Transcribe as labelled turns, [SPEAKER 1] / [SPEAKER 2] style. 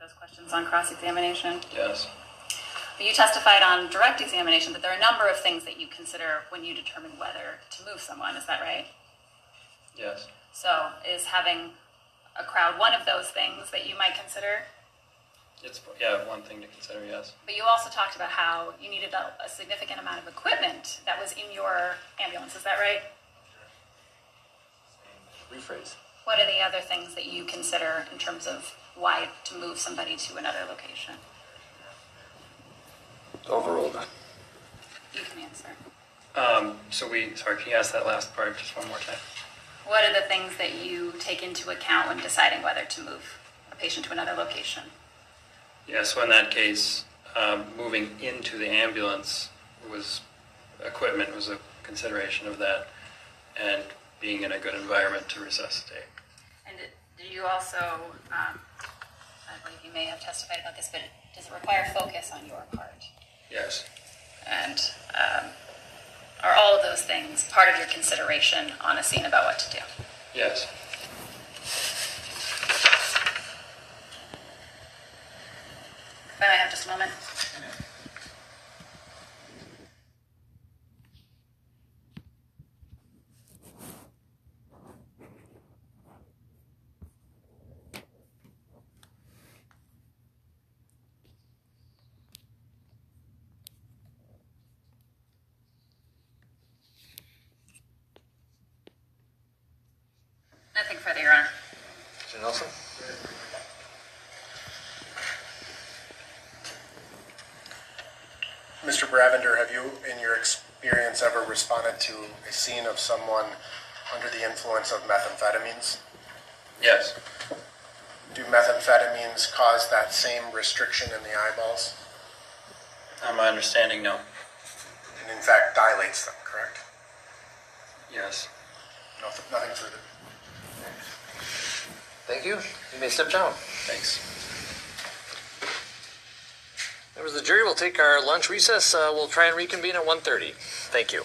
[SPEAKER 1] those questions on cross-examination.
[SPEAKER 2] Yes.
[SPEAKER 1] You testified on direct examination that there are a number of things that you consider when you determine whether to move someone, is that right?
[SPEAKER 2] Yes.
[SPEAKER 1] So is having a crowd one of those things that you might consider?
[SPEAKER 2] It's yeah, one thing to consider. Yes.
[SPEAKER 1] But you also talked about how you needed a, a significant amount of equipment that was in your ambulance, is that right?
[SPEAKER 2] Rephrase.
[SPEAKER 1] What are the other things that you consider in terms of why to move somebody to another location?
[SPEAKER 3] Overruled.
[SPEAKER 1] You can answer.
[SPEAKER 2] Um, so we sorry. Can you ask that last part just one more time?
[SPEAKER 1] What are the things that you take into account when deciding whether to move a patient to another location?
[SPEAKER 2] Yeah. So in that case, um, moving into the ambulance was equipment was a consideration of that, and being in a good environment to resuscitate.
[SPEAKER 1] And do you also, um, I believe you may have testified about this, but does it require focus on your part?
[SPEAKER 2] Yes.
[SPEAKER 1] And um, are all of those things part of your consideration on a scene about what to do?
[SPEAKER 2] Yes.
[SPEAKER 1] May I have just a moment? Nothing further, Your Honor.
[SPEAKER 3] Mr. Nelson?
[SPEAKER 4] Mr. Bravender, have you, in your experience, ever responded to a scene of someone under the influence of methamphetamines?
[SPEAKER 2] Yes.
[SPEAKER 4] Do methamphetamines cause that same restriction in the eyeballs?
[SPEAKER 2] On my understanding, no.
[SPEAKER 4] And in fact, dilates them, correct?
[SPEAKER 2] Yes.
[SPEAKER 4] Nothing, nothing further.
[SPEAKER 3] Thank you. You may step down.
[SPEAKER 2] Thanks.
[SPEAKER 3] Members of the jury, we'll take our lunch recess. Uh, we'll try and reconvene at 1.30. Thank you.